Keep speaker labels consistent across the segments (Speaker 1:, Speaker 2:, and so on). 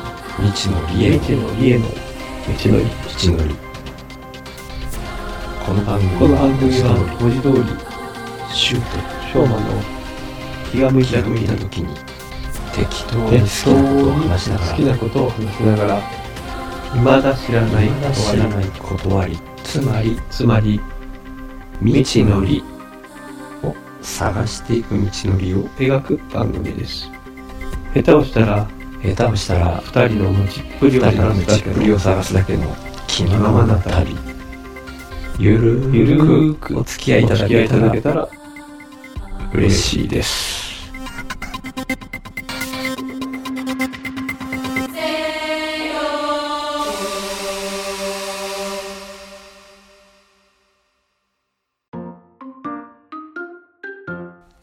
Speaker 1: のりへの
Speaker 2: 道のりへの道のり
Speaker 1: 道のりこの番組
Speaker 2: この番組は
Speaker 1: 下取
Speaker 2: 文字通り
Speaker 1: りシュー
Speaker 2: 昭和の気が向
Speaker 1: ト開
Speaker 2: いた
Speaker 1: く
Speaker 2: 時
Speaker 1: 見た
Speaker 2: に
Speaker 1: 時に適当に
Speaker 2: 適当
Speaker 1: 好きなことを
Speaker 2: に
Speaker 1: 話しながら
Speaker 2: 好きなことを話しながら未だ知らない
Speaker 1: まだ知らない断りつまり
Speaker 2: つまり
Speaker 1: 未知のりを探していく道のりを
Speaker 2: 描く番組です下手をしたら
Speaker 1: 下手をしたら
Speaker 2: 二人の持ちっぷりを
Speaker 1: 二人
Speaker 2: 探
Speaker 1: の
Speaker 2: す
Speaker 1: 道
Speaker 2: だ
Speaker 1: っ
Speaker 2: け
Speaker 1: ぷりを探すだけの気のままな旅ゆる
Speaker 2: ゆる
Speaker 1: ー
Speaker 2: ー
Speaker 1: く
Speaker 2: く
Speaker 1: お付き合いいただ
Speaker 2: お付き合い
Speaker 1: けた
Speaker 2: いた
Speaker 1: ら
Speaker 2: だけたら
Speaker 1: 嬉しいです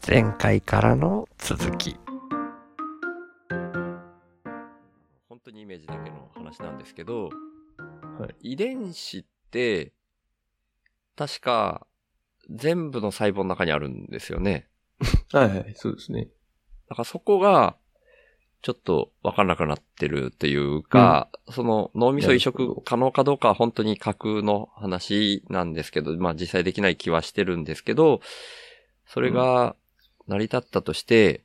Speaker 1: 前回からの続き
Speaker 3: 本当にイメージだけの話なんですけど、遺伝子って、確か、全部の細胞の中にあるんですよね。
Speaker 2: はいはいそうですね
Speaker 3: だからそこが、ちょっとわかんなくなってるというか、その脳みそ移
Speaker 2: なるほ
Speaker 3: 植
Speaker 2: ど
Speaker 3: 可能かどうかは本当に架空の話なんですけど、まあ実際できない気はしてるんですけど、それが成り立ったとして、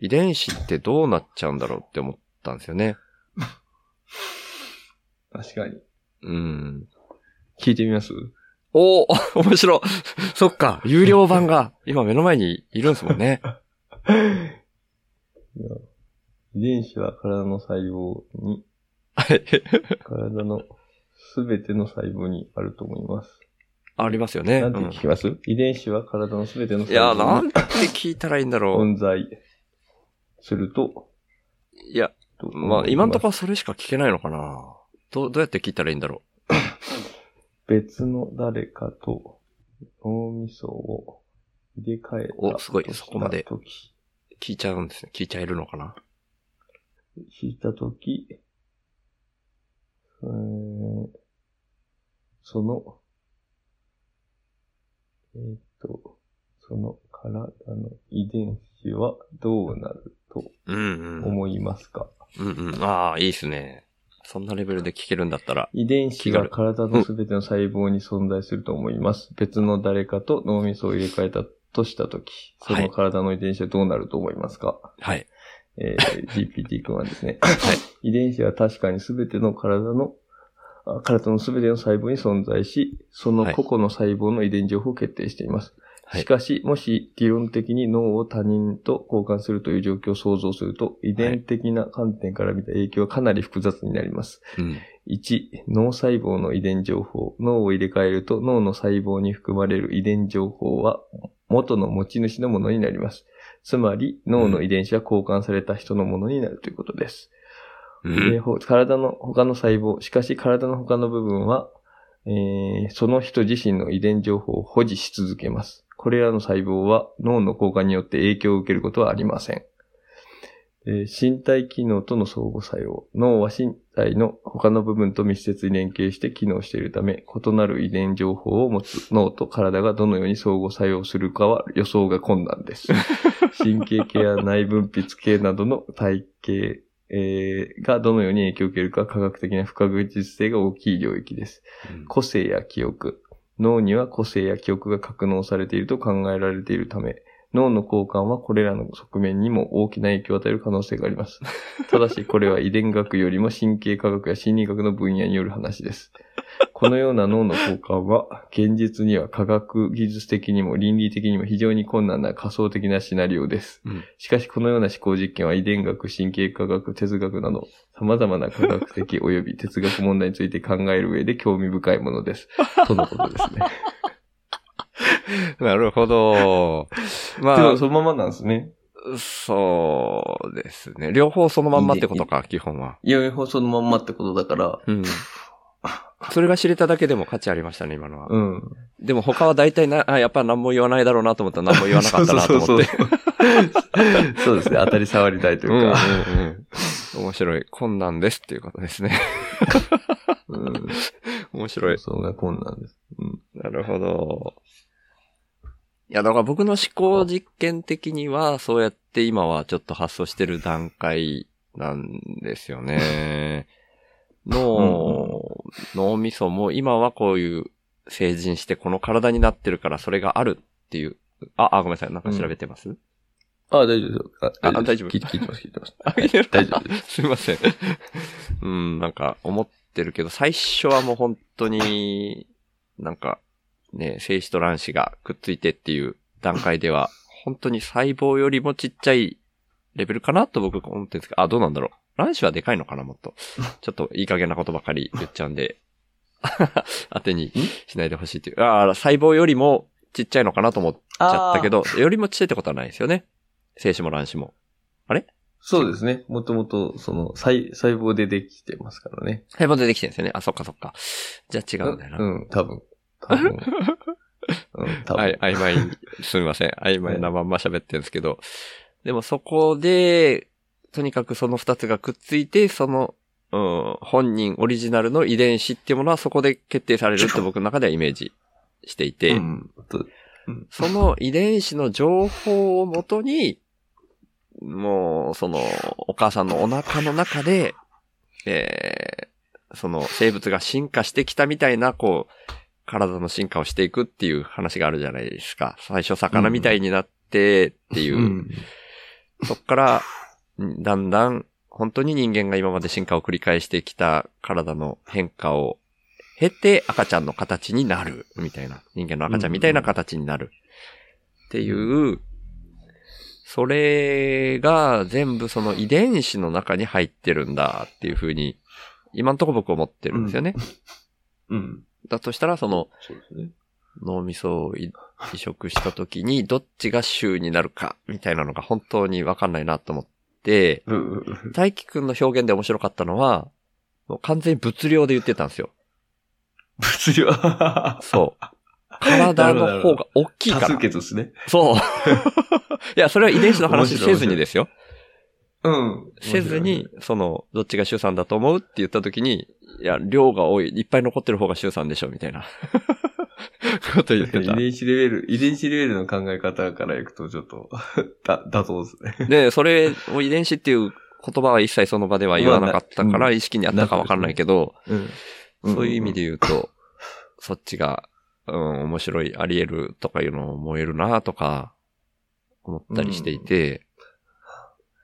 Speaker 3: 遺伝子ってどうなっちゃうんだろうって思ったんですよね。
Speaker 2: 確かに
Speaker 3: うん。
Speaker 2: 聞いてみます
Speaker 3: おお 面白いそっか、有料版が 今目の前にいるんですもん ね。
Speaker 2: いや遺伝子は体の細胞に、
Speaker 3: はい。
Speaker 2: 体のすべての細胞にあると思います。
Speaker 3: ありますよね。
Speaker 2: なんて
Speaker 3: うん
Speaker 2: 聞きます、遺伝子は体のすべての
Speaker 3: い
Speaker 2: 細
Speaker 3: や、な
Speaker 2: 胞
Speaker 3: ん
Speaker 2: に
Speaker 3: て聞いたらいいんだろ
Speaker 2: 存在すると、
Speaker 3: う。いや、
Speaker 2: と思い
Speaker 3: まあ今んとこ
Speaker 2: ろ。
Speaker 3: はそれしか聞けないのかな。どう、どうやって聞いたらいいんだろ
Speaker 2: 別の誰かと脳みそを入れ替えた
Speaker 3: おすごいそこまで
Speaker 2: とき
Speaker 3: う。聞いちゃうんですね。聞いちゃえるのかな。
Speaker 2: 引いたとき、えーその、えーっと、その体の遺伝子はどうなると
Speaker 3: うんうん。
Speaker 2: 思いますか、
Speaker 3: うんうん。ああ、いいですね。そんなレベルで聞けるんだったら。
Speaker 2: 遺伝子が体のすべての細胞に存在すると思います。別の誰かと脳みそを入れ替えたとしたとき、そ
Speaker 3: は
Speaker 2: の
Speaker 3: い
Speaker 2: 体の遺伝子はどうなると思いますか、
Speaker 3: はい。
Speaker 2: えー GPT 君はですね、遺伝子は確かに全ての体の、あ体の全ての細胞に存在し、その
Speaker 3: はい
Speaker 2: 個々の細胞の遺伝情報を決定しています。
Speaker 3: はい
Speaker 2: し。かし、もし理論的に脳を他人と交換するという状況を想像すると、遺伝的な観点から見た影響はかなり複雑になります。
Speaker 3: うん。
Speaker 2: 1、脳細胞の遺伝情報。脳を入れ替えると脳の細胞に含まれる遺伝情報は元の持ち主のものになります。つまり、脳の遺伝子は交換された人のものになるということです。
Speaker 3: う
Speaker 2: えー
Speaker 3: ん。
Speaker 2: ほ体の他の細胞、しかし体の他の部分は、えーその人自身の遺伝情報を保持し続けます。これらの細胞は脳の交換によって影響を受けることはありません。えー身体機能との相互作用。脳は身体の他の部分と密接に連携して機能しているため、異なる遺伝情報を持つ脳と体がどのように相互作用するかは予想が困 難です。神経系や内分泌系などの体系、えーがどのように影響を受けるか科学的な不確実性が大きい領域です。個性や記憶。脳には個性や記憶が格納されていると考えられているため、脳の交換はこれらの側面にも大きな影響を与える可能性があります。ただし、これは遺伝学よりも神経科学や心理学の分野による話です。このような脳の交換は、現実には科学技術的にも倫理的にも非常に困難な仮想的なシナリオです。
Speaker 3: うん
Speaker 2: しかし、このような思考実験は遺伝学、神経科学、哲学など、様々な科学 的及び哲学問題について考える上で興味深いもの です。とのことですね。
Speaker 3: なるほ ど。ま
Speaker 2: で
Speaker 3: あ
Speaker 2: も、、そ のままなんですね。
Speaker 3: そうですね。両方そのまんまってことか、基本は。
Speaker 2: いや、放送のまんまってことだから、
Speaker 3: うん。それが知れただけでも価値ありましたね、今のは。
Speaker 2: うん。
Speaker 3: でも他は大体な、あ、やっぱ何も言わないだろうなと思ったら何も言わなかったなと思って。
Speaker 2: そうそうそうそうそうですね。当たり障りたいというか。
Speaker 3: うんうんうん面白い。困難ですっていうことですね。
Speaker 2: うん。
Speaker 3: 面白い。
Speaker 2: そうが困難です。
Speaker 3: なるほど。いや、だから僕の思考実験的には、そうやって今はちょっと発想してる段階なんですよね。脳、脳みそも今はこういう成人してこの体になってるからそれがあるっていう。あ、あ、ごめんなさい。なんか調べてます、
Speaker 2: あ、大丈夫です。あ
Speaker 3: あ
Speaker 2: です
Speaker 3: 大丈夫
Speaker 2: 聞い聞いてます、聞いてます。
Speaker 3: 大
Speaker 2: 大丈夫です。
Speaker 3: すいません。うん、なんか思ってるけど、最初はもう本当に、なんか、ね、精子と卵子がくっついてっていう段階では、本当に細胞よりもちっちゃいレベルかなと僕思ってるんですけど、あ、どうなんだろう。卵子はでかいのかな、もっと。ちょっといい加減なことばかり言っちゃうんで、 当てにしないでほしいっていう。ああ、細胞よりもちっちゃいのかなと思っちゃったけど、よりもちっちゃいってことはないですよね。精子も卵子も。
Speaker 2: そうですね。もともと、その、細、細胞でできてますからね。
Speaker 3: 細胞でできてるんですよね。あ、そっかそっか。じゃあ違うんだよな。
Speaker 2: うん、多分。多 分。うん、多分。
Speaker 3: はい、曖昧に、すみません。曖昧なまんま喋ってるんですけど。でもそこで、とにかくその二つがくっついて、その、うん、本人オリジナルの遺伝子っていうものはそこで決定されるって僕の中ではイメージしていて、
Speaker 2: うんと
Speaker 3: その遺伝子の情報をもとに、もう、その、お母さんのお腹の中で、えーその、生物が進化してきたみたいな、こう、体の進化をしていくっていう話があるじゃないですか。最初、魚みたいになってっていう、
Speaker 2: うん。
Speaker 3: そっから、んだんだん、本当に人間が今まで進化を繰り返してきた体の変化を経て、赤ちゃんの形になる、みたいな。人間の赤ちゃんみたいな形になる。っていう、それが全部その遺伝子の中に入ってるんだっていうふうに、今んとこ僕思ってるんですよね。
Speaker 2: うん。
Speaker 3: だとしたら、その、
Speaker 2: そうですね。
Speaker 3: 脳みそをい移植した時に、どっちが州になるか、みたいなのが本当にわかんないなと思って、
Speaker 2: うんうんうん。
Speaker 3: 大輝くんの表現で面白かったのは、もう完全に物量で言ってたんですよ。
Speaker 2: 物量。
Speaker 3: そう。体の方が大きい
Speaker 2: 多
Speaker 3: から
Speaker 2: 数。決ですね。
Speaker 3: そう。 いや、それは遺伝子の話せずにですよ。
Speaker 2: うん。
Speaker 3: せずに、その、どっちが周さんだと思うって言った時に、いや、量が多い、いっぱい残ってる方が周さんでしょ、みたいな。こと言
Speaker 2: 面
Speaker 3: っ
Speaker 2: 白
Speaker 3: て
Speaker 2: い
Speaker 3: た
Speaker 2: ね。遺。伝子レベル、遺伝子レベルの考え方からいくとちょっと、だ、妥当ですね。
Speaker 3: で、それを遺伝子っていう言葉は一切その場では言わなかったか
Speaker 2: まあ
Speaker 3: ら、
Speaker 2: な
Speaker 3: 意識にあったかわかんないけど、
Speaker 2: うん
Speaker 3: そういう意味で言うと、そっちが、うん、面白い、あり得るとかいうのを思えるなとか、思ったりしていて、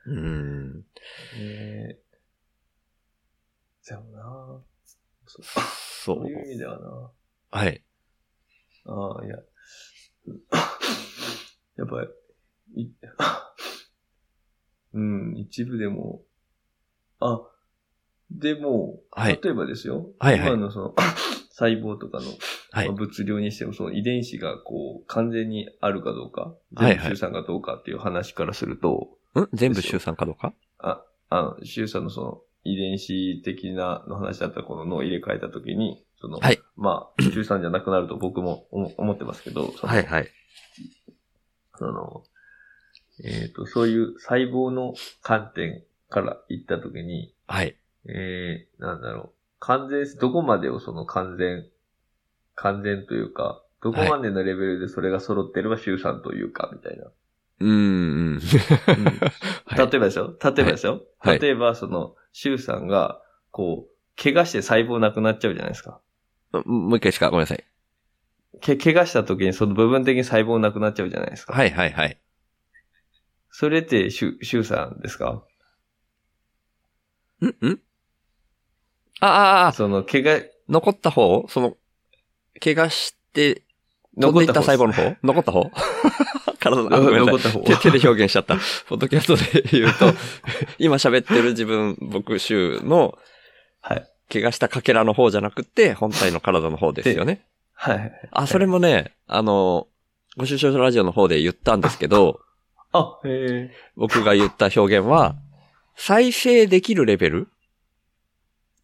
Speaker 3: うん、
Speaker 2: えー、でもなそ
Speaker 3: そ
Speaker 2: そうう。いう意味ではな
Speaker 3: はい。
Speaker 2: ああ、いや。 やっぱ、い、 うん、一部でも、あ、でも、
Speaker 3: はい
Speaker 2: 例えばですよ。
Speaker 3: はいはい
Speaker 2: 今のそ の、細胞とかの、
Speaker 3: はい
Speaker 2: まあ物量にしても、その遺伝子がこう、完全にあるかどうか、
Speaker 3: はいはい
Speaker 2: 全部周さんかどうかっていう話からすると、
Speaker 3: ん全部周さんかどうか
Speaker 2: あの、周さんのその、遺伝子的なの話だったら、この脳を入れ替えたときに、その、
Speaker 3: はい
Speaker 2: まあ、周さんじゃなくなると僕も思思ってますけど、その
Speaker 3: はい。
Speaker 2: その、えっ、と、そういう細胞の観点から言ったときに、
Speaker 3: はい。
Speaker 2: えー、なんだろう、完全、どこまでをその完全、完全というか、どこまでのレベルでそれが揃ってれば周さんというか、みたいな。
Speaker 3: うん、 うん。は
Speaker 2: 例
Speaker 3: い
Speaker 2: えばですよ。例えばですよ。
Speaker 3: はい
Speaker 2: 例えば、その、周さんが、こう、怪我して細胞なくなっちゃうじゃないですか。
Speaker 3: もう一回しか、ごめんなさい。
Speaker 2: け、怪我した時にその部分的に細胞なくなっちゃうじゃないですか。
Speaker 3: はい、はい、はい。
Speaker 2: それって、周、周さんですか
Speaker 3: んんああ、ああ、
Speaker 2: その、怪我、
Speaker 3: 残った方その、怪我して、飛んでいった細胞の方残った方 体の、あごめんなさい
Speaker 2: 残った方。
Speaker 3: 手手で表現し ちゃ った。ポッドキャストで言うと、今喋ってる自分、僕、州の、
Speaker 2: はい。
Speaker 3: 怪我したかけらの方じゃなくて、本体の体の方ですよね。
Speaker 2: はい。
Speaker 3: あ、それもね、あの、ご出生ラジオの方で言ったんですけ ど、
Speaker 2: あ、へえ。
Speaker 3: 僕が言った表現は、再生できるレベル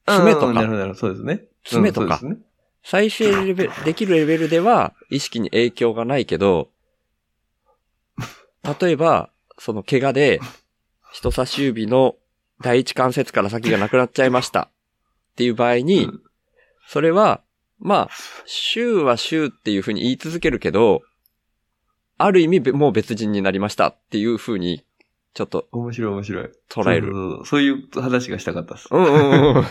Speaker 3: 爪と
Speaker 2: うんなる
Speaker 3: か、
Speaker 2: ほどなるほど、そうですね。
Speaker 3: 爪とか
Speaker 2: うんそうですね
Speaker 3: 再生レベ ルできるレベルでは意識に影響がないけど、例えば、その怪我で、人差し指の第一関節から先がなくなっちゃいましたっていう場合に
Speaker 2: うん、
Speaker 3: それは、まあ、週は週っていうふうに言い続けるけど、ある意味べもう別人になりましたっていうふうにちょっと
Speaker 2: 面白い面白い。
Speaker 3: 捉える。
Speaker 2: そうそうそうそういう話がしたかったっす。
Speaker 3: うんうんうん。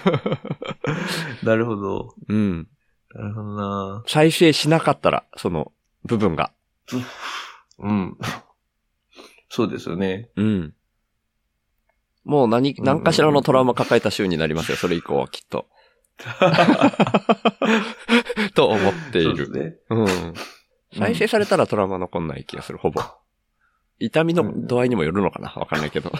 Speaker 2: なるほど。
Speaker 3: うん。
Speaker 2: なるほどな
Speaker 3: 再生しなかったら、その部分が。
Speaker 2: うん。そうですよね。
Speaker 3: うん。もう何、
Speaker 2: ん
Speaker 3: 何かしらのトラウマ抱えた週になりますよ、それ以降はきっ と。と思ってい
Speaker 2: そうで
Speaker 3: る。
Speaker 2: すね。
Speaker 3: うん。再生されたらトラウマ残んない気がする、ほぼ。痛みの度合いにもよるのかなわかんないけど。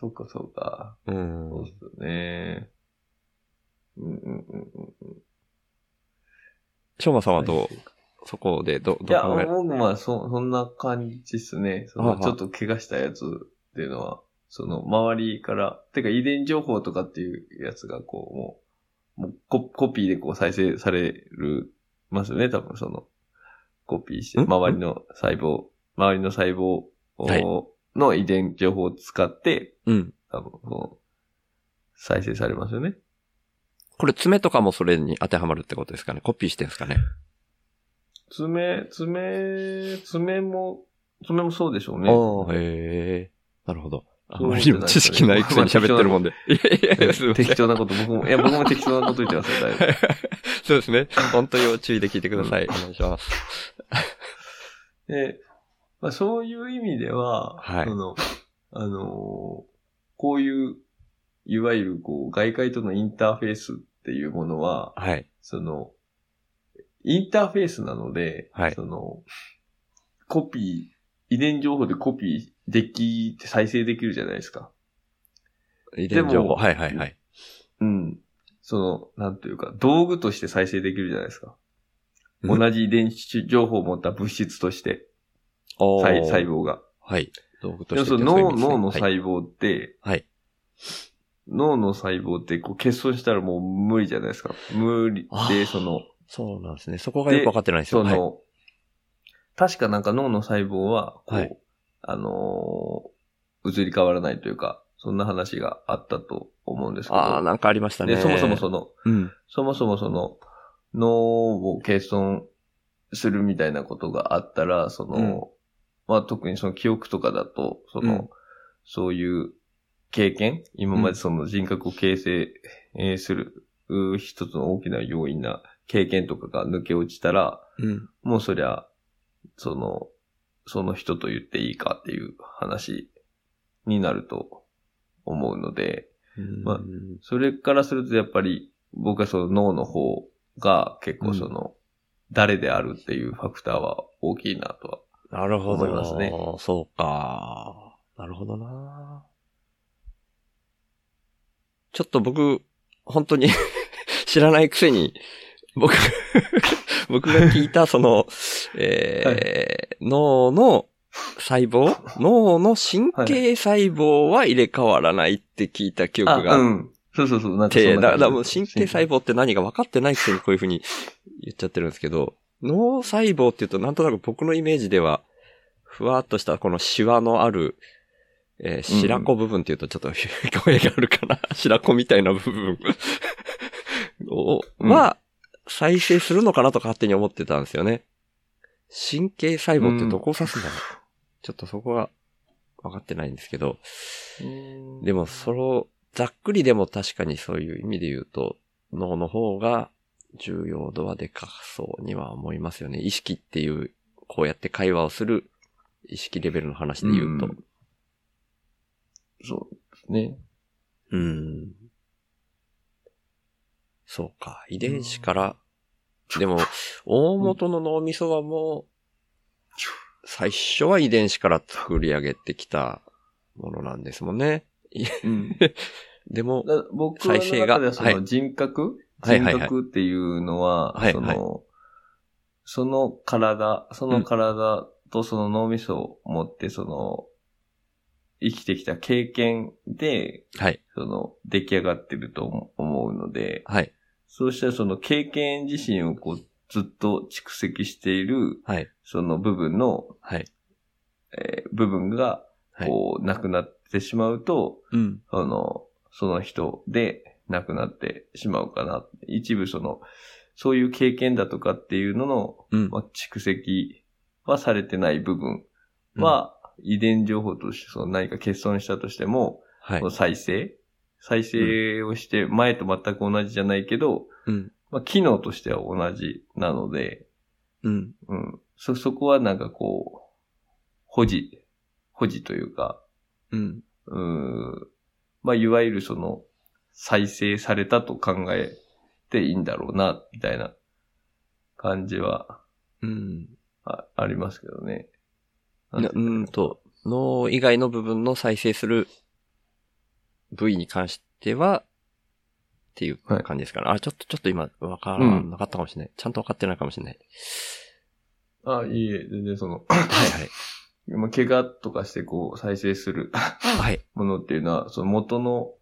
Speaker 2: そうか、そうか。
Speaker 3: う
Speaker 2: そうんで。すよね。うんうんうんうん。
Speaker 3: しょうまさんはどう、そこでど、
Speaker 2: い
Speaker 3: どう
Speaker 2: や、
Speaker 3: 考える
Speaker 2: 僕まあ、そ、そんな感じっすね。そ
Speaker 3: は
Speaker 2: の、
Speaker 3: い
Speaker 2: ちょっと怪我したやつっていうのは、その、周りから、てか遺伝情報とかっていうやつが、こう、もう、もうココピーでこう再生される、ますよね、多分その、コピーして、
Speaker 3: ん
Speaker 2: 周りの細胞、周りの細胞
Speaker 3: はい
Speaker 2: の遺伝情報を使って、
Speaker 3: うん。
Speaker 2: 多分こう、再生されますよね。
Speaker 3: これ爪とかもそれに当てはまるってことですかねコピーしてるんですかね
Speaker 2: 爪、爪、爪も、爪もそうでしょうね。
Speaker 3: へえ。なるほど。あん
Speaker 2: そう思
Speaker 3: ま
Speaker 2: っ
Speaker 3: り
Speaker 2: てない
Speaker 3: にも知識ないくせに喋ってるもんで。 いやいや、すいません
Speaker 2: 適当なこと、僕も、いや、僕も適当なこと言ってますよ、だいぶ。
Speaker 3: そうですね。本当に要注意で聞いてください。お願いします。
Speaker 2: で、まあ、そういう意味では、
Speaker 3: はい
Speaker 2: その、あのーこういう、いわゆる、こう、外界とのインターフェースっていうものは、
Speaker 3: はい。
Speaker 2: その、インターフェースなので、
Speaker 3: はい
Speaker 2: その、コピー、遺伝情報でコピーできて再生できるじゃないですか。
Speaker 3: 遺伝情
Speaker 2: で
Speaker 3: 報。
Speaker 2: も
Speaker 3: はいはいはい。
Speaker 2: うん。その、なんというか、道具として再生できるじゃないですか。
Speaker 3: うん
Speaker 2: 同じ遺伝子情報を持った物質として、
Speaker 3: お
Speaker 2: 細
Speaker 3: ー
Speaker 2: 細。胞が。
Speaker 3: はい。道具と
Speaker 2: 要
Speaker 3: して
Speaker 2: するに
Speaker 3: そういう意
Speaker 2: 脳
Speaker 3: 味ですね
Speaker 2: 脳の
Speaker 3: はい
Speaker 2: 細胞って、
Speaker 3: はい
Speaker 2: 脳の細胞ってこう欠損したらもう無理じゃないですか。無理
Speaker 3: あ
Speaker 2: で、
Speaker 3: ー
Speaker 2: その、
Speaker 3: そうなんですね。そこがよくわかってないですよ。
Speaker 2: そ
Speaker 3: はい。
Speaker 2: の、確かなんか脳の細胞は、こう、
Speaker 3: はい
Speaker 2: あのー移り変わらないというか、そんな話があったと思うんですけど。
Speaker 3: ああ、なんかありましたね。
Speaker 2: で、そもそもその、
Speaker 3: うん。
Speaker 2: そもそもその、脳を欠損するみたいなことがあったら、その、
Speaker 3: うん
Speaker 2: まあ特にその記憶とかだと、その、
Speaker 3: うん
Speaker 2: そういう経験、今までその人格を形成えーするう一つの大きな要因な経験とかが抜け落ちたら、
Speaker 3: うん。
Speaker 2: もうそりゃ、その、その人と言っていいかっていう話になると思うので、まあ
Speaker 3: うん
Speaker 2: それからするとやっぱり僕はその脳の方が結構その、誰であるっていうファクターは大きいなとは。
Speaker 3: なるほど。
Speaker 2: 思いますね
Speaker 3: そうか。なるほどな。ちょっと僕、本当に 知らないくせに、僕、 僕が聞いたその、えー脳の細胞脳の神経細胞は入れ替わらないって聞いた記憶があっ
Speaker 2: ん。そうそうそう。なんかそ
Speaker 3: て、
Speaker 2: んな
Speaker 3: だか
Speaker 2: 感じ
Speaker 3: らもう神経細。胞って何が分かってないくせにこういうふうに言っちゃってるんですけど、脳細胞って言うとなんとなく僕のイメージでは、ふわっとしたこのシワのある、えー白子部分って言うとちょっと語弊があるかな。 白子みたいな部分を、
Speaker 2: うん
Speaker 3: は、再生するのかなとか勝手に思ってたんですよね。神経細胞ってどこを指すんだろう、ちょっとそこは分かってないんですけど。でも、それを、ざっくりでも確かにそういう意味で言うと、脳の方が重要度はでかそうには思いますよね。意識っていう、こうやって会話をする意識レベルの話で言うと。
Speaker 2: そうですね。
Speaker 3: うん。そうか。遺伝子から、でも、大元の脳みそはもう、最初は遺伝子から作り上げてきたものなんですもんね。
Speaker 2: うん。
Speaker 3: でも、
Speaker 2: だ僕の
Speaker 3: 再生が
Speaker 2: 中ではそ
Speaker 3: は
Speaker 2: の人格、
Speaker 3: はいはいはい
Speaker 2: 人格っていうのは、
Speaker 3: はい
Speaker 2: その、
Speaker 3: はい
Speaker 2: その体、その体とその脳みそを持って、その、生きてきた経験で、
Speaker 3: はい、
Speaker 2: その、出来上がってると思思うので、
Speaker 3: はい、
Speaker 2: そうしたらその経験自身をこう、ずっと蓄積している、
Speaker 3: はい、
Speaker 2: その部分の、
Speaker 3: はい、
Speaker 2: えー部分が、
Speaker 3: はい。
Speaker 2: こう、なくなってしまうと、
Speaker 3: うん。
Speaker 2: その、その人でなくなってしまうかな。一部その、そういう経験だとかっていうのの、
Speaker 3: うん
Speaker 2: まあ、蓄積はされてない部分は、遺伝情報としてその何か欠損したとしても、
Speaker 3: はい
Speaker 2: この。再生再生をして、前と全く同じじゃないけど、
Speaker 3: うん。
Speaker 2: まあ、機能としては同じなので、
Speaker 3: うん。
Speaker 2: うん。そ、そこはなんかこう、保持、保持というか、
Speaker 3: うん。
Speaker 2: うーん。まあ、いわゆるその、再生されたと考えていいんだろうな、みたいな感じは
Speaker 3: うん。
Speaker 2: あありますけどね。
Speaker 3: なうーんと、脳以外の部分の再生する部位に関しては、っていう
Speaker 2: はい
Speaker 3: 感じですから、あ、ちょっと、ちょっと今、わから
Speaker 2: うん
Speaker 3: なかったかもしれない。ちゃんとわかってないかもしれない。
Speaker 2: あ、いいえ、全然その、
Speaker 3: はいはい。
Speaker 2: まあ、怪我とかしてこう、再生する
Speaker 3: はい。
Speaker 2: ものっていうのは、その元の、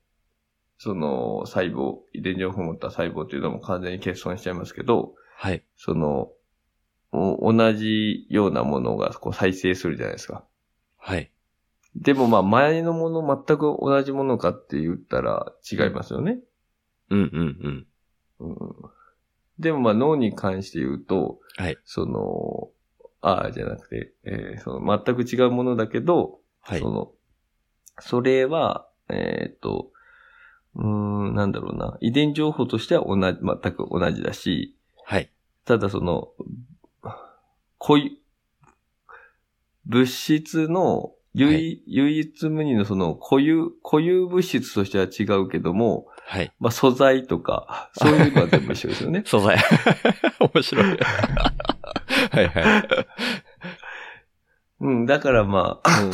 Speaker 2: その、細胞、遺伝情報を持った細胞っていうのも完全に欠損しちゃいますけど、
Speaker 3: はい。
Speaker 2: その、お同じようなものがこう再生するじゃないですか。
Speaker 3: はい。
Speaker 2: でもまあ前のもの全く同じものかって言ったら違いますよね。
Speaker 3: うんうんうん。
Speaker 2: うん、でもまあ脳に関して言うと、
Speaker 3: はい
Speaker 2: その、ああじゃなくて、えーその全く違うものだけど、
Speaker 3: はい
Speaker 2: そ。の、それは、えーっと、うーん、なんだろうな、遺伝情報としては同じ、全く同じだし、
Speaker 3: はい。
Speaker 2: ただその、こい、物質の唯、
Speaker 3: はい
Speaker 2: 唯一無二のその固有、固有物質としては違うけども、
Speaker 3: はい。
Speaker 2: まあ素材とか、そういうのは全部一緒です
Speaker 3: 。
Speaker 2: よね
Speaker 3: 素材。面白い。はいはい。
Speaker 2: うん、だからまあ、
Speaker 3: うん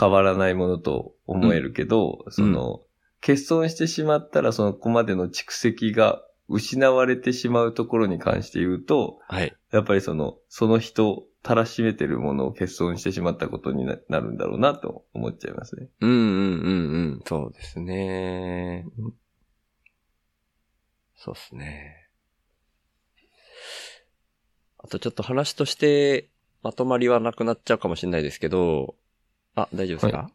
Speaker 2: 変わらないものと思えるけど、その、欠損してしまったらそのここまでの蓄積が失われてしまうところに関して言うと、
Speaker 3: はい。
Speaker 2: やっぱりその、その人、たらしめてるものを欠損してしまったことにななるんだろうなと思っちゃいますね。
Speaker 3: うんうんうんうん。そうですね。そうですね。あとちょっと話として、まとまりはなくなっちゃうかもしれないですけど、あ、大丈夫ですか、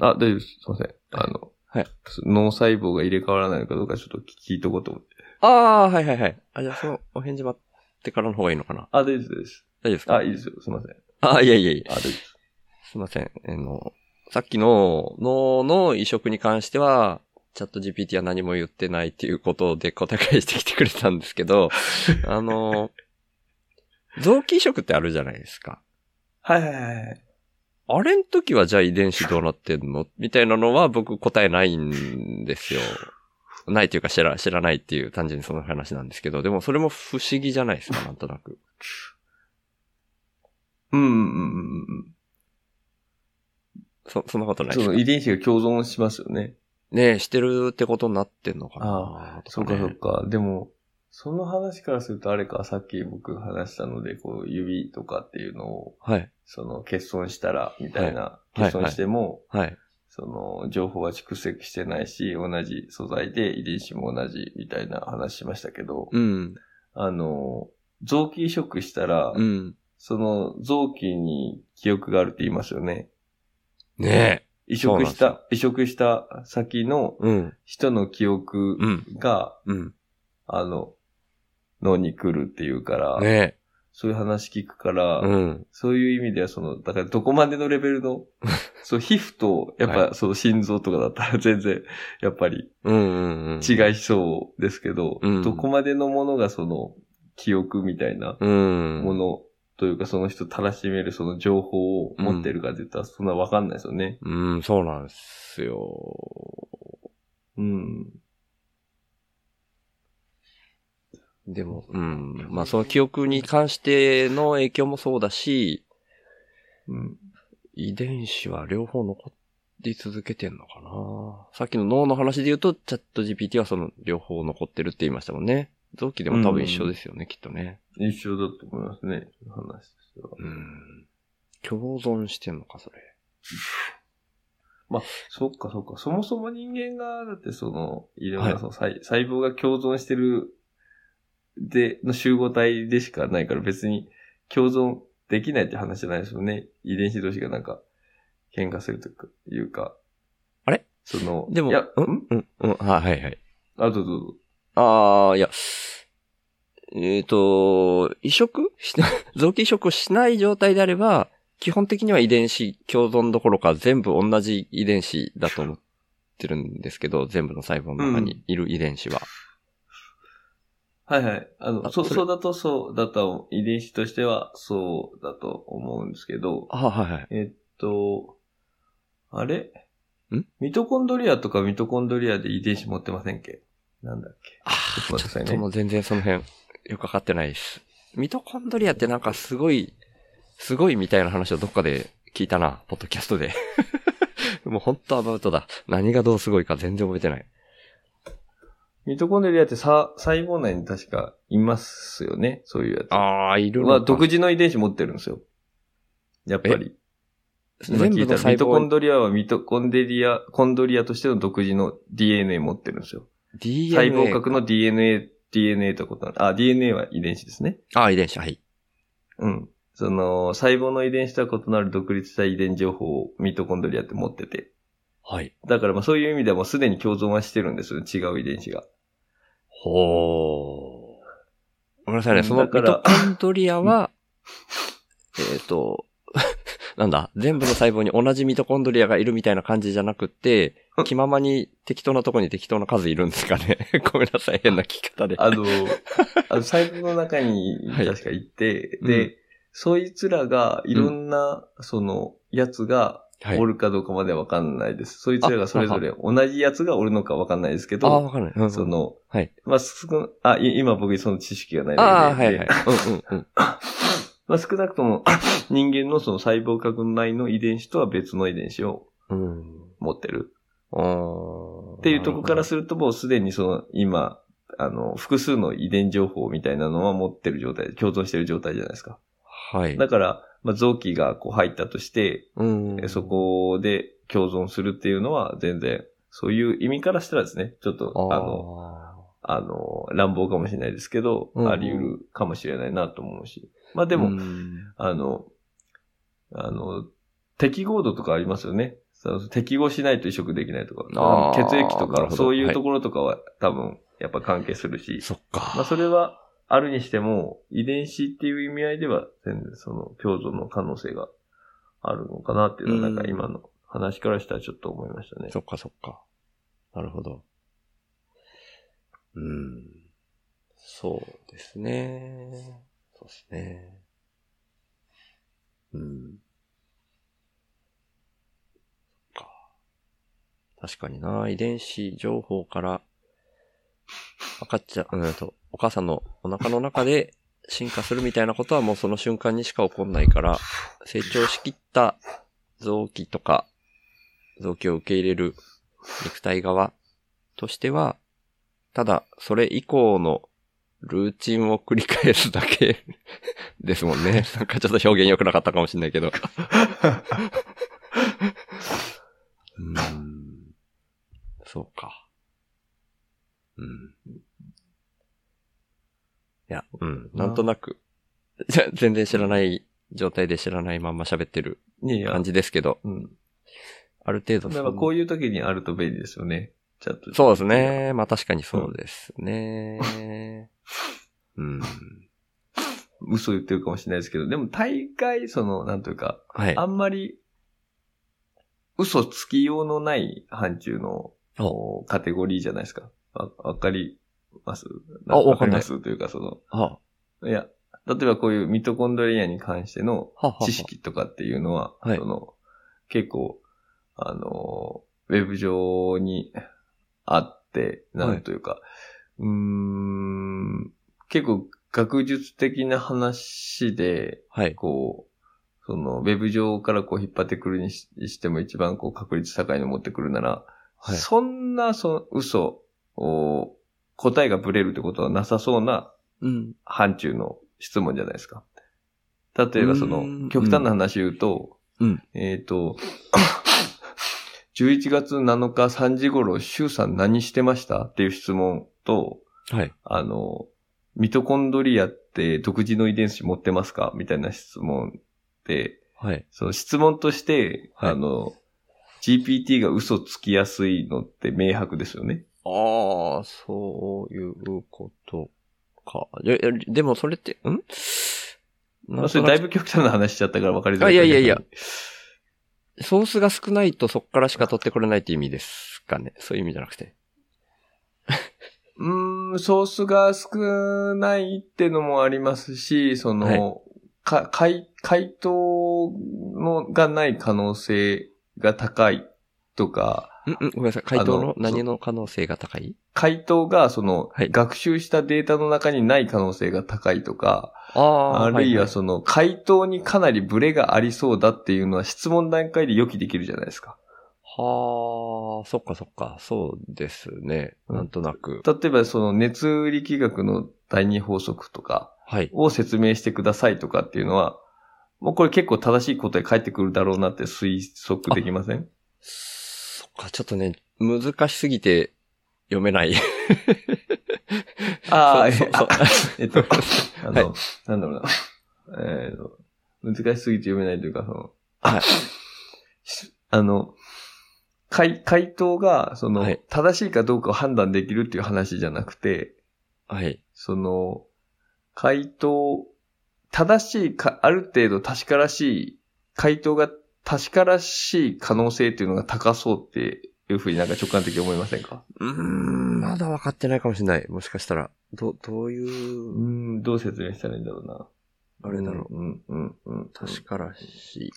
Speaker 2: あ、大丈夫です。すいません。あの、
Speaker 3: はい
Speaker 2: 脳細胞が入れ替わらないのかどうかちょっと聞いとこうと思って。
Speaker 3: ああ、はいはいはい。あ、じゃあそのお返事待ってからの方がいいのかな
Speaker 2: あ、大丈夫です。
Speaker 3: 大丈夫ですか
Speaker 2: あ、いいですよ。すいません。
Speaker 3: ああ、いやいやいや。
Speaker 2: あ、大丈夫です。
Speaker 3: すいません。あの、さっきの脳の移植に関しては、チャット GPT は何も言ってないっていうことで答え返してきてくれたんですけ ど、あの、臓器移植ってあるじゃないですか。
Speaker 2: はいはいはいはい。
Speaker 3: あれん時はじゃあ遺伝子どうなってんのみたいなのは僕答えないんですよ。ないというか知ら知らないっていう単純にその話なんですけど、でもそれも不思議じゃないですか、なんとなく。
Speaker 2: うんうんうんうんうん。
Speaker 3: そ、そんなことないで
Speaker 2: そ
Speaker 3: す
Speaker 2: の
Speaker 3: か
Speaker 2: 遺伝子が共存しますよね。
Speaker 3: ねえ、してるってことになってんのかなと
Speaker 2: そう
Speaker 3: ね
Speaker 2: かそうか。でも、その話からするとあれか、さっき僕話したので、こう、指とかっていうのを、
Speaker 3: はい、
Speaker 2: その、欠損したら、みたいな、
Speaker 3: いはい
Speaker 2: 欠損しても、
Speaker 3: はい。
Speaker 2: その、情報は蓄積してないし、同じ素材で遺伝子も同じ、みたいな話しましたけど、
Speaker 3: うん、
Speaker 2: あの、臓器移植したら、
Speaker 3: うん。
Speaker 2: その、臓器に記憶があるって言いますよね。
Speaker 3: ねえ。
Speaker 2: 移
Speaker 3: そう
Speaker 2: 植
Speaker 3: なんで
Speaker 2: し
Speaker 3: すよ
Speaker 2: た、移植した先の
Speaker 3: うん。
Speaker 2: 人の記憶
Speaker 3: うん。
Speaker 2: が、
Speaker 3: うん。
Speaker 2: あの、脳に来るっていうから、
Speaker 3: ね
Speaker 2: そういう話聞くから、
Speaker 3: え。うん。
Speaker 2: そういう意味ではその、だからどこまでのレベ ルの、そう、皮膚と、やっ
Speaker 3: は
Speaker 2: ぱその心臓とかだったら 全然、やっぱり
Speaker 3: うんうんうん。
Speaker 2: 違いそうですけど、
Speaker 3: うん
Speaker 2: どこまでのものがその、記憶みたいな
Speaker 3: うん。
Speaker 2: もの、というかその人たらしめるその情報を持ってるかって言ったらそんなわかんないですよね。
Speaker 3: うん、そうなんですよ。
Speaker 2: うん。
Speaker 3: でも、うん。まあ、その記憶に関しての影響もそうだし、
Speaker 2: うん。
Speaker 3: 遺伝子は両方残り続けてんのかな。さっきの脳の話で言うと、チャット GPT はその両方残ってるって言いましたもんね。臓器でも多分一緒ですよね、きっとね。
Speaker 2: 一緒だと思いますね、その話としては。
Speaker 3: うん。共存してんのか、それ。
Speaker 2: まあ、そっかそっか。そもそも人間が、だってその、いろん
Speaker 3: は
Speaker 2: ないその細、細胞が共存してる、で、の集合体でしかないから別に共存できないって話じゃないですよね。遺伝子同士がなんか、喧嘩するというか。
Speaker 3: あれ
Speaker 2: その、
Speaker 3: でも、
Speaker 2: いや、
Speaker 3: うんんうん、うん、あはいはい。
Speaker 2: あ、どうぞどうぞ。
Speaker 3: ああ、いや、えっ、と、移植し 臓器移植をしない状態であれば、基本的には遺伝子共存どころか全部同じ遺伝子だと思ってるんですけど、全部の細胞の中にいる遺伝子は。
Speaker 2: はいはい。あの、
Speaker 3: あ
Speaker 2: そう、
Speaker 3: それ
Speaker 2: そうだとそうだと、遺伝子としてはそうだと思うんですけど、
Speaker 3: あはいはい。
Speaker 2: えっと、あれ
Speaker 3: ん
Speaker 2: ミトコンドリアとかミトコンドリアで遺伝子持ってませんっけなんだっけ
Speaker 3: あ
Speaker 2: ち
Speaker 3: ー
Speaker 2: ょっと待ってくだ
Speaker 3: ち
Speaker 2: さ
Speaker 3: ょ
Speaker 2: い
Speaker 3: っ
Speaker 2: ね
Speaker 3: ともう全然その辺、よくわかってないです。ミトコンドリアってなんかすごい、すごいみたいな話をどっかで聞いたな、ポッドキャストで。 もうほんとアバウトだ。何がどうすごいか全然覚えてない。
Speaker 2: ミトコンドリアってさ細胞内に確かいますよねそういうやつ。
Speaker 3: ああ、いるのか
Speaker 2: は独自の遺伝子持ってるんですよ。やっぱり。今
Speaker 3: 全
Speaker 2: 聞
Speaker 3: 部
Speaker 2: い
Speaker 3: の
Speaker 2: たらミ
Speaker 3: 細
Speaker 2: トコ
Speaker 3: 胞
Speaker 2: ンドリアはミトコンデリア、コンドリアとしての独自の DNA 持ってるんですよ。
Speaker 3: DNA
Speaker 2: 細胞核の DNA、DNA とことなる。あ、DNA は遺伝子ですね。
Speaker 3: ああ、遺伝子、はい。
Speaker 2: うん。その、細胞の遺伝子とは異なる独立した遺伝情報をミトコンドリアって持ってて。
Speaker 3: はい。
Speaker 2: だからまあそういう意味ではもうすでに共存はしてるんですよ。違う遺伝子が。
Speaker 3: ほー。ごめんなさいね、
Speaker 2: うん
Speaker 3: そのミ
Speaker 2: だか
Speaker 3: ト
Speaker 2: ら
Speaker 3: コンドリアは、 えっと、なんだ、全部の細胞に同じミトコンドリアがいるみたいな感じじゃなくて
Speaker 2: うん、
Speaker 3: 気ままに適当なとこに適当な数いるんですかね。 ごめんなさい、変な聞き方で。
Speaker 2: あ の、あの細胞の中に
Speaker 3: はい
Speaker 2: 確かいて、
Speaker 3: うん
Speaker 2: で、そいつらがいろんな、その、やつが
Speaker 3: はい
Speaker 2: お。るかどうかまではわかんないです。そいつらがそれぞれ同じやつがおるのかわかんないですけ
Speaker 3: ああ、
Speaker 2: ど、
Speaker 3: わかんない。うんうん
Speaker 2: その、
Speaker 3: はい
Speaker 2: まあ、少なあ、い今僕その知識がないので
Speaker 3: ああ、はいはい
Speaker 2: で。
Speaker 3: うんうんうん。
Speaker 2: まあ、少なくとも 人間のその細胞核内の遺伝子とは別の遺伝子を
Speaker 3: うん。
Speaker 2: 持ってる。
Speaker 3: おー
Speaker 2: っていうとこからするともうすでにその今、あの、複数の遺伝情報みたいなのは持ってる状態、共存してる状態じゃないですか。
Speaker 3: はい。
Speaker 2: だから、まあ、臓器がこう入ったとして、
Speaker 3: うん
Speaker 2: えそこで共存するっていうのは全然、そういう意味からしたらですね、ちょっと、あの、あの、乱暴かもしれないですけど、
Speaker 3: うんうん
Speaker 2: あり得るかもしれないなと思うし。まあ
Speaker 3: で
Speaker 2: でも、あの、あの、適合度とかありますよね。その適合しないと移植できないとか、
Speaker 3: あー
Speaker 2: 血液
Speaker 3: なる
Speaker 2: とか、
Speaker 3: ほど
Speaker 2: そうい
Speaker 3: は
Speaker 2: う
Speaker 3: い
Speaker 2: ところとかは多分、やっぱ関係するし、
Speaker 3: そっか。
Speaker 2: まあそれはあるにしても、遺伝子っていう意味合いでは、全然その共存の可能性があるのかなっていうのは、
Speaker 3: うん
Speaker 2: なんか今の話からしたらちょっと思いましたね。
Speaker 3: そっかそっか。なるほど。うん。そうですね。そうですね。うん。そっか。確かにな、遺伝子情報から、赤ちゃん、うんと、お母さんのお腹の中で進化するみたいなことはもうその瞬間にしか起こんないから、成長しきった臓器とか、臓器を受け入れる肉体側としては、ただ、それ以降のルーチンを繰り返すだけ ですもんね。なんかちょっと表現良くなかったかもしれないけど。うーん。そうか。うん。いや、うん。なんとなく、じゃ全然知らない状態で知らないまんま喋ってる
Speaker 2: いやいや
Speaker 3: 感じですけど、
Speaker 2: うん。
Speaker 3: ある程度
Speaker 2: だ
Speaker 3: そ
Speaker 2: から
Speaker 3: の
Speaker 2: こういう時にあると便利ですよね。チャット
Speaker 3: そうです。ね。まあ確かにそうですね。うん。
Speaker 2: 嘘言ってるかもしれないですけど、でも大概、その、なんというか、
Speaker 3: はい。
Speaker 2: あんまり、嘘つきようのない範疇の
Speaker 3: お
Speaker 2: こうカテゴリーじゃないですか。わわかります
Speaker 3: あわかん
Speaker 2: り
Speaker 3: ない
Speaker 2: ますというか、そ
Speaker 3: は
Speaker 2: の、いや、例えばこういうミトコンドリアに関しての
Speaker 3: あはあはあ
Speaker 2: 知識とかっていうのは、
Speaker 3: はい
Speaker 2: その結構、あの、ウェブ上にあって、なんというか、うーん、結構学術的な話で、
Speaker 3: はい。
Speaker 2: こう、その、ウェブ上からこう引っ張ってくるにししても一番こう確率高いの持ってくるなら、
Speaker 3: はい
Speaker 2: そんな、その、嘘を、答えがブレるってことはなさそうな
Speaker 3: うん。
Speaker 2: 範疇の質問じゃないですか。例えばそう
Speaker 3: ーん
Speaker 2: の、極端な話言うと、
Speaker 3: うん
Speaker 2: えっ、と、11月7日3時頃、周さん何してましたっていう質問と、
Speaker 3: はい。
Speaker 2: あの、ミトコンドリアって独自の遺伝子持ってますかみたいな質問で、
Speaker 3: はい。
Speaker 2: その質問として、
Speaker 3: はい
Speaker 2: あの、GPT が嘘つきやすいのって明白ですよね。
Speaker 3: ああ、そういうことか。いやいやでもそれって、ん
Speaker 2: ま
Speaker 3: な
Speaker 2: あ、
Speaker 3: ん
Speaker 2: そ
Speaker 3: と
Speaker 2: れ
Speaker 3: な
Speaker 2: だ
Speaker 3: く
Speaker 2: いぶ極端な話しちゃったから分かりづらい。
Speaker 3: あいやいやいや。ソースが少ないとそっからしか取ってこれないって意味ですかね。そういう意味じゃなくて。
Speaker 2: うーん、ソースが少ないってのもありますし、その、
Speaker 3: はい
Speaker 2: か解解凍のがない可能性が高いとか、
Speaker 3: うんうん、ごめんなさい。回答
Speaker 2: あ
Speaker 3: の
Speaker 2: の
Speaker 3: 何の可能性が高い
Speaker 2: 回答がその、
Speaker 3: はい
Speaker 2: 学習したデータの中にない可能性が高いとか、
Speaker 3: ああ
Speaker 2: あるいは
Speaker 3: そ
Speaker 2: その、回答にかなりブレがありそうだっていうのは質問段階で予期できるじゃないですか。
Speaker 3: はあ、そっかそっか。そうですね。なんとなく。
Speaker 2: 例えばその熱力学の第二法則とか
Speaker 3: はい。
Speaker 2: を説明してくださいとかっていうのは、もうこれ結構正しい答え返ってくるだろうなって推測できません
Speaker 3: そっか、ちょっとね、難しすぎて読めない。
Speaker 2: ああ、え
Speaker 3: そうそうそう
Speaker 2: えっと、あの、なんだ ろうな。えーと、難しすぎて読めないというか、その、
Speaker 3: はい
Speaker 2: し あの、回、回答が、その、
Speaker 3: はい
Speaker 2: 正しいかどうかを判断できるっていう話じゃなくて、
Speaker 3: はい。
Speaker 2: その、回答、正しいか、ある程度確からしい、回答が確からしい可能性っていうのが高そうっていうふうになんか直感的に思いませんか
Speaker 3: うーん、まだ分かってないかもしれない。もしかしたら。ど、どう
Speaker 2: う
Speaker 3: いう、
Speaker 2: ん、どう説明したらいいんだろうな。
Speaker 3: あれだろう。
Speaker 2: う。うん、うん、うん。
Speaker 3: 確からし。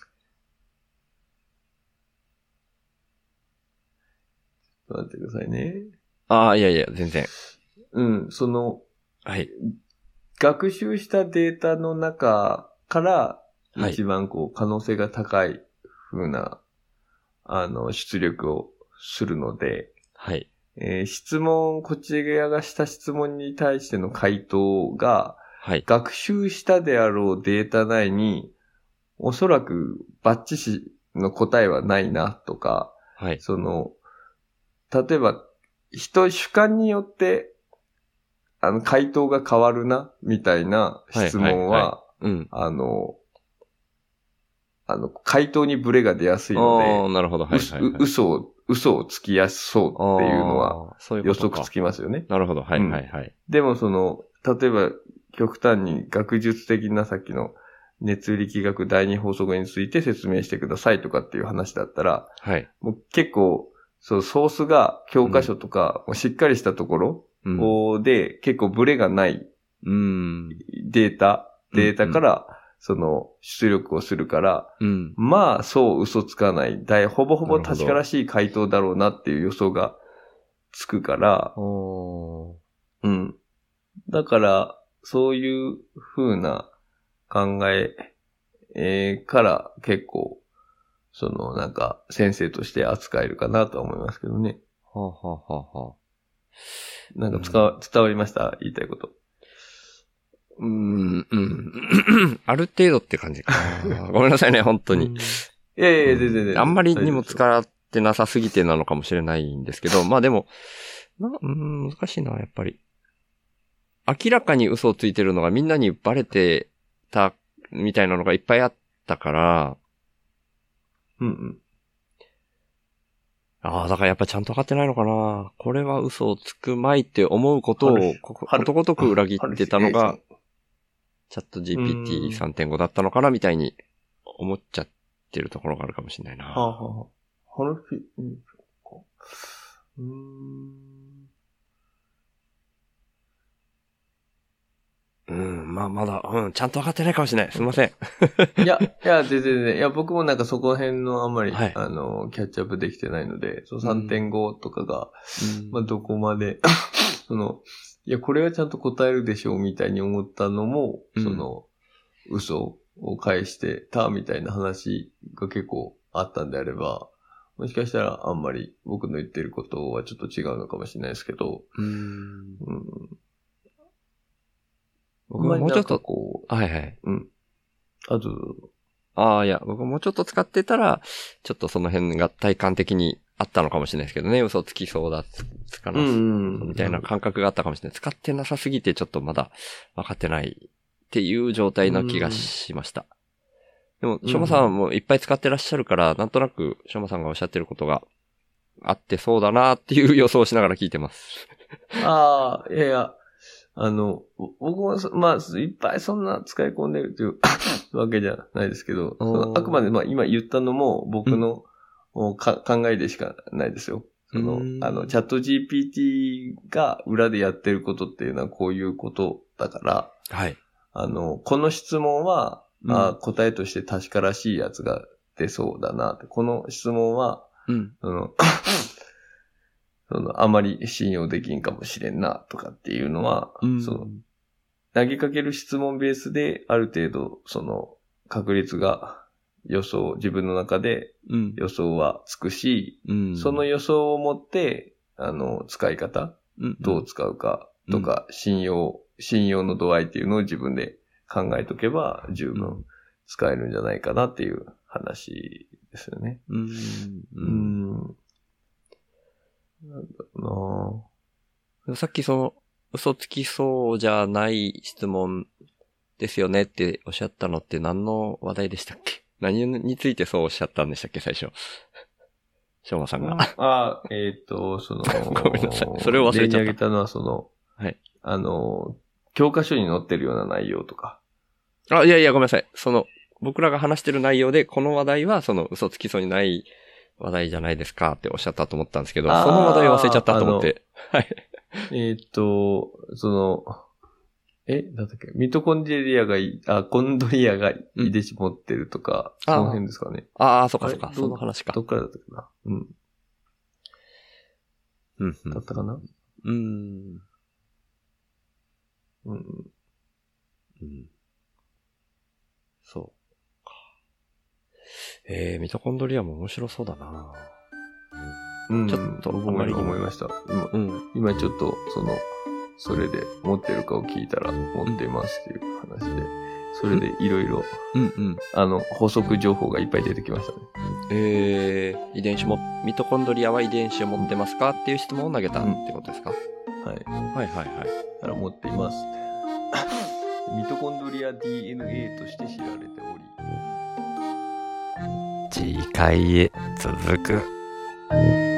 Speaker 2: ちょっと待ってくださいね。
Speaker 3: ああ、いやいや、全然。
Speaker 2: うん、その、
Speaker 3: はい。
Speaker 2: 学習したデータの中から、
Speaker 3: はい
Speaker 2: 一番こう、可能性が高い風な、あの、出力をするので、
Speaker 3: はい。
Speaker 2: えー質問、こちらがした質問に対しての回答が、
Speaker 3: はい。
Speaker 2: 学習したであろうデータ内に、おそらくバッチしの答えはないなとか、
Speaker 3: はい。
Speaker 2: その、例えば、人、主観によって、あの、回答が変わるな、みたいな質問
Speaker 3: はい
Speaker 2: は、
Speaker 3: うん。
Speaker 2: あの、あの、回答にブレが出やすい
Speaker 3: ああ、
Speaker 2: の
Speaker 3: なるほど。は
Speaker 2: で、
Speaker 3: いう
Speaker 2: す
Speaker 3: はい、
Speaker 2: う
Speaker 3: はい。
Speaker 2: 嘘を、嘘をつきやすそうっていうのは、
Speaker 3: あー、そういう
Speaker 2: 予
Speaker 3: こと
Speaker 2: 測
Speaker 3: か
Speaker 2: つ。きますよね。
Speaker 3: なるほど。はい
Speaker 2: うん
Speaker 3: はいはい。
Speaker 2: でもその、例えば極端に学術的なさっきの熱力学第二法則について説明してくださいとかっていう話だったら、
Speaker 3: はい。
Speaker 2: もう結構、そう、ソースが教科書とか、もうしっかりしたところ
Speaker 3: うん。
Speaker 2: こうで、結構ブレがない
Speaker 3: うん。
Speaker 2: データ、データから、その、出力をするから、
Speaker 3: うん。
Speaker 2: まあ、そう嘘つかない、だいほぼほ
Speaker 3: な
Speaker 2: ぼ
Speaker 3: るほど
Speaker 2: 確からしい回答だろうなっていう予想がつくから、
Speaker 3: おー
Speaker 2: うん。だから、そういう風な考ええーから結構、そのなんか先生として扱えるかなとは思いますけどね。
Speaker 3: はあ、はあはあはあ、
Speaker 2: なんか伝わ,、伝わりました言いたいこと。
Speaker 3: うーん、うん。 ある程度って感じかな。ごめんなさいね、本当に。
Speaker 2: いやいやいや、全然全然。
Speaker 3: あんまりにも
Speaker 2: 大丈夫です
Speaker 3: 使ってなさすぎてなのかもしれないんですけど、まあでも、なうーん、難しいな、やっぱり。明らかに嘘をついてるのがみんなにバレてたみたいなのがいっぱいあったから、
Speaker 2: うんうん。
Speaker 3: ああ、だからやっぱちゃんと分かってないのかな。これは嘘をつくまいって思うこと
Speaker 2: ある
Speaker 3: を
Speaker 2: 種、
Speaker 3: こ
Speaker 2: ある
Speaker 3: ことごとく裏切ってたの
Speaker 2: あ
Speaker 3: が
Speaker 2: る、
Speaker 3: チャット
Speaker 2: うん
Speaker 3: GPT3.5 だったのかなみたいに思っちゃってるところがあるかもしれないな。
Speaker 2: はあ、はあはあ、ハルフィ、うん、そっか。うーん。
Speaker 3: うん、まあまだ、うん、ちゃんと分かってないかもしれない。すいません。
Speaker 2: いや、いや、全然全然。いや、僕もなんかそこら辺のあんまり、
Speaker 3: はい
Speaker 2: あの、キャッチアップできてないので、その3.5とかが、まあ、どこまで、 その、いや、これはちゃんと答えるでしょうみたいに思ったのも、
Speaker 3: うん
Speaker 2: その、嘘を返してたみたいな話が結構あったんであれば、もしかしたらあんまり僕の言ってることはちょっと違うのかもしれないですけど、
Speaker 3: うん。
Speaker 2: うん。
Speaker 3: 僕はもうちょっと
Speaker 2: あんま
Speaker 3: はい
Speaker 2: りなんかこ
Speaker 3: はい。
Speaker 2: う、あと、どうぞ
Speaker 3: ああ、いや、僕もうちょっと使ってたら、ちょっとその辺が体感的にあったのかもしれないですけどね。嘘つきそうだ、つつかなそうみたいな感覚があったかもしれない。使ってなさすぎてちょっとまだ分かってないっていう状態な気がしました。でも、
Speaker 2: うん
Speaker 3: しょまさんもいっぱい使ってらっしゃるから、なんとなくしょまさんがおっしゃってることがあってそうだなっていう予想をしながら聞いてます。
Speaker 2: ああ、いやいや、あの、ぼ僕もそ、まあ、いっぱいそんな使い込んでるというわけじゃないですけど、そのあくまで、まあ、今言ったのも僕の、おか考えでしかないですよ。そ
Speaker 3: う
Speaker 2: の、
Speaker 3: ん
Speaker 2: あの、チャット GPT が裏でやってることっていうのはこういうことだから、
Speaker 3: はい。
Speaker 2: あの、この質問は、
Speaker 3: うん
Speaker 2: あ答えとして確からしいやつが出そうだなって。この質問は、
Speaker 3: うん。
Speaker 2: その、そのあまり信用できんかもしれんな、とかっていうのは、
Speaker 3: うん。
Speaker 2: その、投げかける質問ベースで、ある程度、その、確率が予想、自分の中で
Speaker 3: うん。
Speaker 2: 予想はつくし、
Speaker 3: うん。
Speaker 2: その予想を持って、あの、使い方、
Speaker 3: うん、
Speaker 2: どう使うかとか、信用、信用の度合いっていうのを自分で考えとけば十
Speaker 3: う
Speaker 2: 分
Speaker 3: ん
Speaker 2: 使えるんじゃないかなっていう話ですよね。
Speaker 3: うん。
Speaker 2: う
Speaker 3: うん
Speaker 2: ん。なんだろ
Speaker 3: でもさっきその、嘘つきそうじゃない質問ですよねっておっしゃったのって何の話題でしたっけ何についてそうおっしゃったんでしたっけ最初。しょうまさ
Speaker 2: うんな
Speaker 3: が。、
Speaker 2: ああ、えっ、と、その
Speaker 3: ごめんなさいそれを忘れちゃった
Speaker 2: 例に挙げたのはその、
Speaker 3: はい
Speaker 2: あの、教科書に載ってるような内容とか。
Speaker 3: あ、いやいや、ごめんなさい。その、僕らが話してる内容で、この話題はその嘘つきそうにない話題じゃないですかっておっしゃったと思ったんですけど、
Speaker 2: あー
Speaker 3: その話題忘れちゃったと思って。
Speaker 2: えっ、と、その、え、なんだっけ、ミトコンドリアがい、あ、コンドリアが遺伝子持ってるとか、
Speaker 3: うん
Speaker 2: その辺ですかね。
Speaker 3: ああ、そっか
Speaker 2: あ
Speaker 3: そ
Speaker 2: れ
Speaker 3: っか。
Speaker 2: ど
Speaker 3: その話か
Speaker 2: ど。っからだったかなうん。
Speaker 3: うんう
Speaker 2: だっ
Speaker 3: ん
Speaker 2: たかな
Speaker 3: うん。
Speaker 2: うん。
Speaker 3: うんそうか。えー、ミトコンドリアも面白そうだな
Speaker 2: うん。
Speaker 3: ちょっと
Speaker 2: 僕
Speaker 3: あん
Speaker 2: も
Speaker 3: まり
Speaker 2: 思いました。今、
Speaker 3: うん。
Speaker 2: 今ちょっと、その、それで持ってるかを聞いたら、持ってますっていう話で、それでいろいろ、
Speaker 3: うんうん。
Speaker 2: あの、補足情報がいっぱい出てきましたね。
Speaker 3: えー、遺伝子も、ミトコンドリアは遺伝子を持ってますかっていう質問を投げたってことですか、
Speaker 2: はい。だ
Speaker 3: はいはいはい。
Speaker 2: から持っていますって。 ミトコンドリア DNA として知られており、
Speaker 4: 次回へ続く。